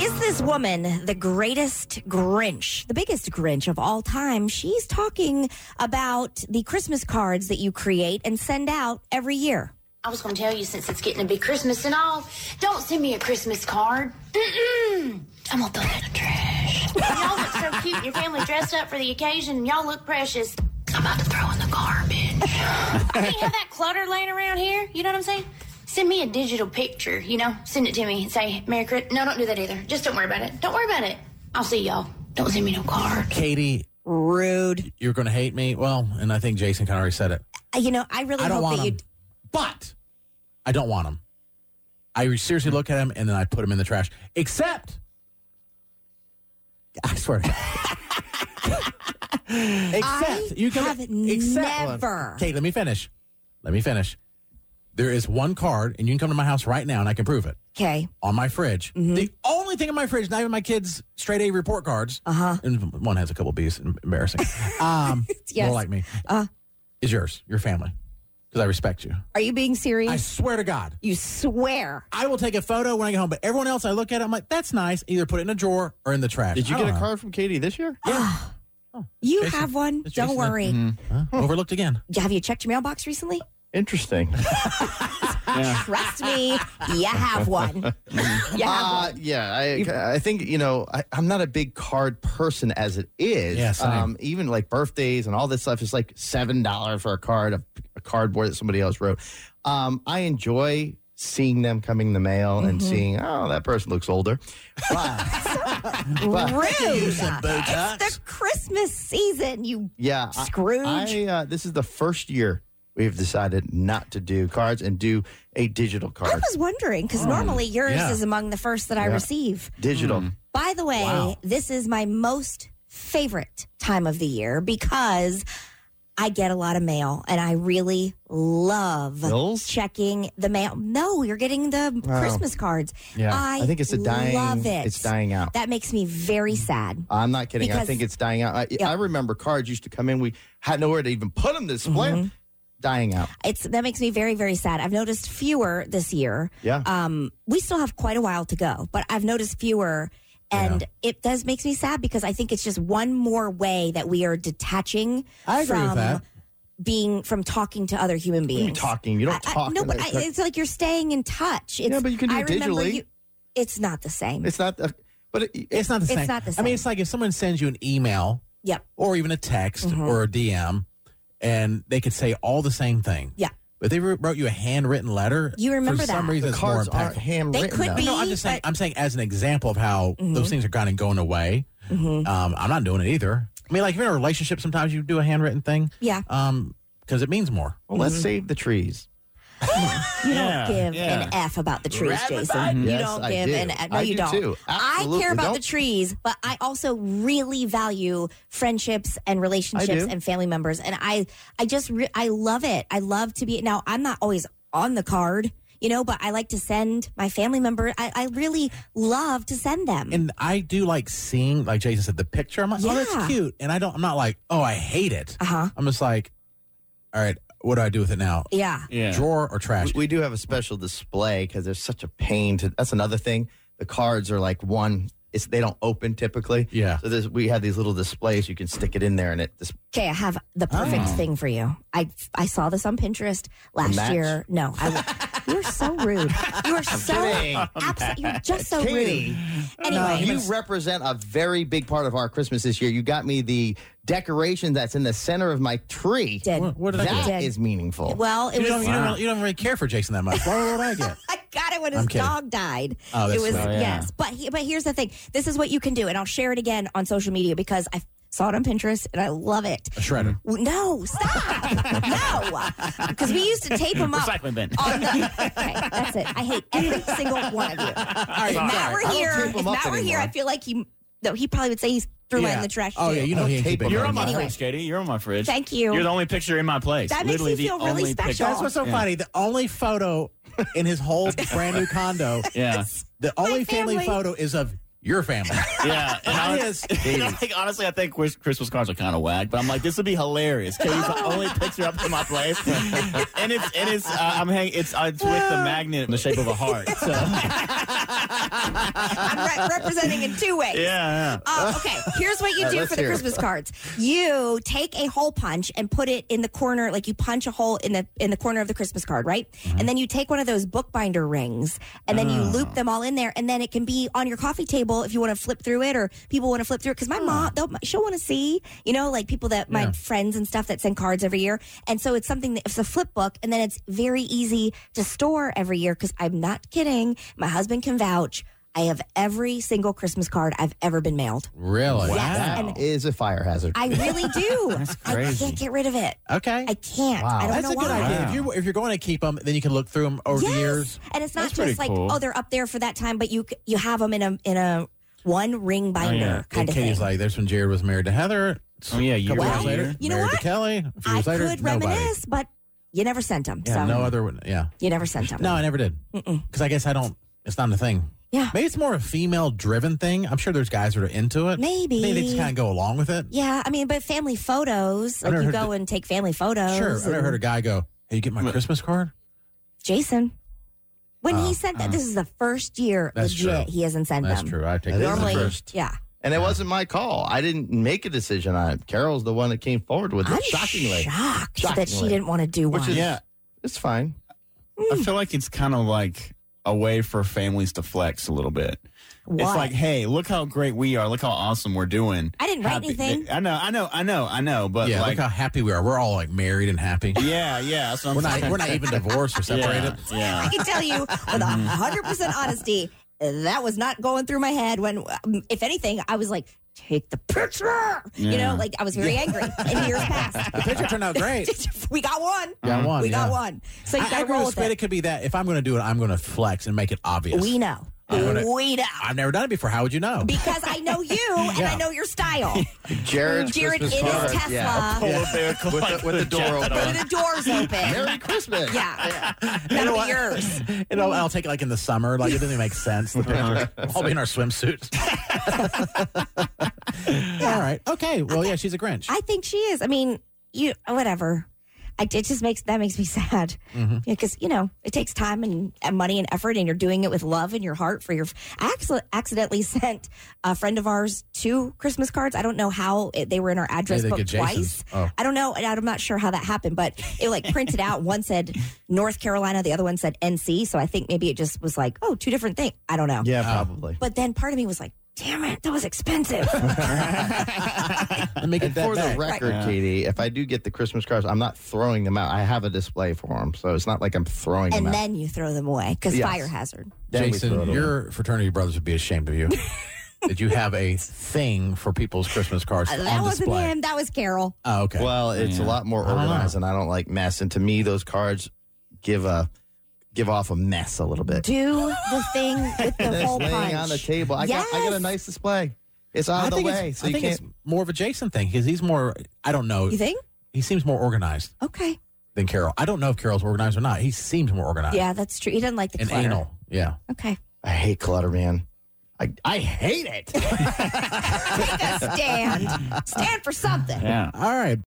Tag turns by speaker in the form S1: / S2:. S1: Is this woman the greatest Grinch, the biggest Grinch of all time? She's talking about the Christmas cards that you create and send out every year.
S2: I was going to tell you since it's getting to be Christmas and all, don't send me a Christmas card. Mm-mm. I'm going to throw that in the trash. y'all look so cute. Your family dressed up for the occasion. and Y'all look precious. I'm about to throw in the garbage. I can't have that clutter laying around here. You know what I'm saying? Send me a digital picture, you know? Send it to me and say, Merry Christmas. No, don't do that either. Just don't worry about it. Don't worry about it. I'll see y'all. Don't send me no card.
S3: Katie,
S1: Rude.
S3: you're going to hate me. Well, and I think Jason kind of already said it.
S1: Uh, You know, I really
S3: I don't
S1: hope
S3: want
S1: that you.
S3: him. But I don't want him. I seriously look at him and then I put him in the trash. Except, I swear. to God. except
S1: I
S3: you can
S1: have never-
S3: Kate, let me finish. Let me finish. There is one card, and you can come to my house right now, and I can prove it
S1: Okay.
S3: on my fridge.
S1: Mm-hmm.
S3: The only thing in my fridge, not even my kids' straight A report cards. Uh
S1: Uh-huh.
S3: huh. And one has a couple B's. Embarrassing. Um,
S1: Yes.
S3: More like me.
S1: Uh.
S3: is yours, your family, because I respect you.
S1: Are you being serious?
S3: I swear to God,
S1: you swear.
S3: I will take a photo when I get home. But everyone else, I look at, it, I'm like, that's nice. Either put it in a drawer or in the trash.
S4: Did you
S3: I
S4: get a
S3: don't know.
S4: card from Katie this year?
S1: You
S3: Jason-
S1: have one.
S3: It's
S1: Don't
S3: Jason. Mm-hmm.
S1: worry.
S3: Hmm. Huh? Overlooked again.
S1: Have you checked your mailbox recently?
S4: Interesting.
S1: Trust me, you have one. you have
S3: Ah,
S1: one.
S4: Uh, yeah, I, I think you know I, I'm not a big card person as it is.
S3: Yeah, same.
S4: um, even like birthdays and all this stuff is like seven dollar for a card, a, a cardboard that somebody else wrote. Um, I enjoy seeing them coming in the mail and seeing oh that person looks older. But, but-
S1: Rude.
S3: use some Botox.
S1: It's the Christmas season, you
S4: yeah, I-
S1: Scrooge.
S4: I, uh, this is the first year we've decided not to do cards and do a digital
S1: I
S4: card.
S1: was wondering
S4: Oh.
S1: because normally yours
S3: yeah.
S1: is among the first that I receive.
S4: Digital.
S1: By the way, this is my most favorite time of the year because I get a lot of mail and I really love
S4: Bills?
S1: checking the mail. No, you're getting the Christmas cards.
S3: Yeah.
S1: I,
S4: I think it's a dying.
S1: Love it.
S4: It's dying out.
S1: That makes me very sad.
S4: I'm not kidding. I
S1: Because-
S4: think it's dying out. I,
S1: Yeah.
S4: I remember cards used to come in. We had nowhere to even put them. This display
S1: Mm-hmm.
S4: 'em. dying out.
S1: It's that makes me very very sad. I've noticed fewer this year.
S4: Yeah.
S1: Um, we still have quite a while to go, but I've noticed fewer. And it does makes me sad because I think it's just one more way that we are detaching
S3: I agree
S1: from
S3: with that.
S1: being from talking to other human
S4: you
S1: beings.
S4: talking. You don't
S1: I- I-
S4: talk.
S1: no,
S4: in
S1: but
S4: that
S1: I,
S4: card.
S1: it's like you're staying in touch. It's,
S4: Yeah, but you can do
S1: I
S4: it
S1: remember
S4: digitally.
S1: You, it's not the same.
S4: it's not. A, but it,
S3: It's not the
S1: It's
S3: same.
S1: not the
S3: I mean,
S1: same.
S3: it's like if someone sends you an email
S1: yep.
S3: or even a text
S1: Mm-hmm.
S3: or a DM, and they could say all the same thing.
S1: Yeah.
S3: But they wrote wrote you a handwritten letter.
S1: You remember
S3: for some
S1: that.
S3: reason,
S4: the
S3: it's more
S4: cards
S3: impactful.
S4: aren't handwritten.
S1: could
S4: though.
S1: be-
S3: No, I'm just saying.
S1: but- Mm-hmm.
S3: I'm saying as an example of how those things are kind of going away. Um, I'm not doing it either. I mean, like if you're in a relationship, sometimes you do a handwritten thing.
S1: Yeah.
S3: Um, because it means more.
S4: Well, let's
S1: Mm-hmm.
S4: save the trees.
S1: You
S4: Yeah,
S1: don't give
S4: yeah.
S1: an F about the trees, Jason. You
S4: Yes,
S1: don't
S4: I
S1: give
S4: do.
S1: an F. No,
S4: I
S1: you
S4: do
S1: not
S4: too.
S1: I
S4: Absolutely
S1: care about the
S4: don't.
S1: trees, but I also really value friendships and relationships
S4: do.
S1: and family members. And I, I just, re- I love it. I love to be. Now, I'm not always on the card, you know, but I like to send my family member. I, I really love to send them.
S3: And I do like seeing, like Jason said, the picture. I'm like, oh,
S1: Yeah.
S3: that's cute. And I don't. I'm not like, oh, I hate it.
S1: uh huh.
S3: I'm just like, all right, what do I do with it now?
S1: Yeah.
S3: Drawer or trash?
S4: We, we do have a special display because there's such a pain to. That's another thing. The cards are like one. It's they don't open typically.
S3: Yeah.
S4: So there's, we have these little displays. You can stick it in there and it. Dis-
S1: Okay, I have the perfect thing for you. I I saw this on Pinterest last
S4: match?
S1: year. No, I. You're so rude. You are so
S4: kidding.
S1: abs- You're just so
S4: Katie.
S1: rude. Anyway,
S4: Uh-huh. You represent a very big part of our Christmas this year. You got me the decoration that's in the center of my tree.
S1: did.
S3: What- what did
S1: You
S3: I
S4: That
S1: did.
S4: is meaningful.
S1: Well, it
S3: you,
S1: was.
S3: don't, you, don't, you don't really care for Jason that much. Why would I get?
S1: I got it when his
S3: I'm kidding.
S1: dog died.
S3: Oh, that's
S1: it was
S3: right.
S1: yes, but he, but here's the thing. This is what you can do, and I'll share it again on social media because I saw it on Pinterest and I love it.
S3: A shredder.
S1: No, stop. no. Because we used to tape them up.
S5: Recycling bin.
S1: On the, okay, that's it. I hate every single one of you. if Matt
S4: sorry.
S1: were
S4: I don't
S1: here,
S4: tape
S1: if
S4: 'em
S1: Matt
S4: up
S1: were here,
S4: anymore.
S1: I feel like he, no, he probably would say he's threw mine in the trash.
S3: Oh
S1: too.
S3: yeah, you know he ain't
S4: Tape
S3: keeping
S4: them.
S5: You're on my
S1: Anyway.
S5: fridge, Katie. You're on my fridge.
S1: Thank you.
S5: You're the only picture in my place.
S1: That makes
S5: Literally
S1: me feel
S5: the
S1: really
S5: only
S1: special.
S5: picture.
S3: That's what's so funny. The only photo in his whole brand new condo.
S5: Yeah.
S3: The only family.
S1: family.
S3: photo is of your family.
S5: Yeah. And
S3: That
S5: I
S3: is-
S5: and I'm like, honestly, I think Chris- Christmas cards are kind of whack, but I'm like, this would be hilarious. Katie's the only picture up in my place, and it's and it's uh, I'm hang it's uh, it's with the magnet in the shape of a heart. So
S1: I'm re- representing in two ways.
S5: yeah.
S1: Uh, okay, here's what you
S4: All right,
S1: do
S4: let's
S1: for the
S4: hear it.
S1: Christmas cards. You take a hole punch and put it in the corner, like you punch a hole in the in the corner of the Christmas card, right?
S4: Mm-hmm.
S1: And then you take one of those bookbinder rings, and then
S4: Oh.
S1: you loop them all in there, and then it can be on your coffee table if you want to flip through it, or people want to flip through it. Because my
S4: Oh.
S1: mom, they'll, she'll want to see, you know, like people that my friends and stuff that send cards every year, and so it's something that it's a flip book, and then it's very easy to store every year. Because I'm not kidding, my husband can vouch. I have every single Christmas card I've ever been mailed.
S3: Really?
S1: Yes, and
S4: Is a fire hazard.
S1: I really do. I
S5: crazy.
S1: can't get rid of it.
S3: Okay.
S1: I can't.
S4: Wow.
S1: I don't
S3: That's
S1: know
S3: a good
S1: why.
S3: idea. If, you, if you're going to keep them, then you can look through them over
S1: Yes.
S3: the years.
S1: And it's not
S5: That's pretty
S1: just like
S5: cool.
S1: oh they're up there for that time, but you c- you have them in a in a one ring binder kind of
S3: Oh, and Katie's
S1: thing.
S3: like, there's when Jared was married to Heather.
S5: Oh, yeah,
S3: A
S5: you
S3: couple
S1: Well,
S3: years later,
S1: you know
S3: married
S1: what?
S3: to Kelly. A few
S1: I
S3: years later,
S1: could
S3: nobody.
S1: reminisce, but you never sent them.
S3: Yeah,
S1: so
S3: no other. one- Yeah.
S1: you never sent them.
S3: No, I never did. Because I guess I don't. It's not a thing.
S1: Yeah.
S3: Maybe it's more a female-driven thing. I'm sure there's guys that are into it.
S1: Maybe.
S3: Maybe they just kind of go along with it.
S1: Yeah, I mean, but family photos.
S3: I've
S1: Like
S3: never
S1: you
S3: heard
S1: go and take family photos.
S3: Sure. I've never
S1: and-
S3: heard a guy go, "Hey, you get
S5: Mm.
S3: my Christmas card."
S1: Jason. When he sent that, this is the first year
S3: Uh, That's
S1: legit
S3: true.
S1: he hasn't sent
S3: That's
S1: them.
S3: true. I take that.
S4: That is the
S1: Normally,
S4: first.
S1: yeah.
S4: and it wasn't my call. I didn't make a decision on it. Carol's the one that came forward with it.
S1: I'm
S4: shockingly.
S1: shocked that she
S4: Shockingly.
S1: didn't want to do
S4: Which
S1: one.
S4: is-
S5: Yeah.
S4: It's fine.
S5: I feel like it's kind of like a way for families to flex a little bit. It's
S1: What?
S5: like, hey, look how great we are. Look how awesome we're doing.
S1: I didn't write
S5: Happy-
S1: anything.
S5: I know, I know, I know, I know. But
S3: yeah.
S5: like,
S3: look how happy we are. We're all like married and happy.
S5: yeah, yeah. That's what I'm
S3: We're not.
S5: saying.
S3: We're not even divorced or separated.
S5: Yeah, yeah.
S1: I can tell you with hundred percent honesty, that was not going through my head. When, um, if anything, I was like, "Take the picture," you know, like I was very angry in years past.
S3: The picture turned out great.
S1: we got one.
S3: Got one,
S1: We got
S3: yeah.
S1: one. So you
S3: I, I
S1: got to
S3: agree
S1: roll
S3: with
S1: with
S3: Spade. It
S1: it.
S3: could be that if I'm going to do it, I'm going to flex and make it obvious.
S1: We know.
S3: I'm gonna-
S1: we know.
S3: I've never done it before. How would you know?
S1: because I know you and
S3: Yeah.
S1: I know your style.
S4: Jared's
S1: Jared in
S4: Christmas
S1: his
S4: card.
S1: Tesla
S4: Yeah.
S5: Pull up there,
S4: With the, with the door
S1: with
S4: open.
S1: the doors open.
S4: Merry Christmas.
S1: Yeah, that'll be yours.
S3: And I'll, I'll take it like in the summer. Like it doesn't even make sense. The picture. I'll be in our swimsuits. All right. Okay. Well, yeah, she's a Grinch.
S1: I think she is. I mean, you whatever. I, it just makes that makes me sad
S3: Mm-hmm.
S1: because you know it takes time and, and money and effort, and you're doing it with love in your heart for your. I acci- accidentally sent a friend of ours two Christmas cards. I don't know how it, they were in our address
S3: they
S1: book
S3: get
S1: twice.
S3: Jason's. Oh.
S1: I don't know. and I'm not sure how that happened, but it like printed out. One said North Carolina, the other one said NC. So I think maybe it just was like, oh, two different things. I don't know.
S4: Yeah, probably.
S1: But then part of me was like, damn it, that was expensive.
S3: And make it
S4: And that- for
S3: that
S4: the
S3: back.
S4: record, Katie, if I do get the Christmas cards, I'm not throwing them out. I have a display for them, so it's not like I'm throwing
S1: and
S4: them out.
S1: then you throw them away because
S4: Yes.
S1: fire hazard.
S4: Then we throw
S3: Jason,
S4: them away.
S3: your fraternity brothers would be ashamed of you. Did you have a thing for people's Christmas cards
S1: Uh, that
S3: on
S1: wasn't
S3: display?
S1: him. That was Carol.
S3: Oh, okay.
S4: Well, it's a lot more
S3: don't know.
S4: organized, and I don't like mess. And to me, those cards give a give off a mess a little bit.
S1: Do the thing with the
S4: It's
S1: hole
S4: laying
S1: punch.
S4: on the table. I got I got a
S1: Yes.
S4: nice display. It's out
S3: I
S4: of the
S3: think,
S4: way,
S3: it's,
S4: so
S3: I
S4: you
S3: think
S4: can't.
S3: it's more of a Jason thing because he's more. I don't know.
S1: You think?
S3: He seems more organized
S1: Okay.
S3: than Carol. I don't know if Carol's organized or not. He seems more organized.
S1: Yeah, that's true. He doesn't like the
S3: And
S1: clutter.
S3: anal. Yeah.
S1: Okay.
S4: I hate clutter, man. I I hate it.
S1: Take a stand. stand for something.
S5: yeah.
S3: All right.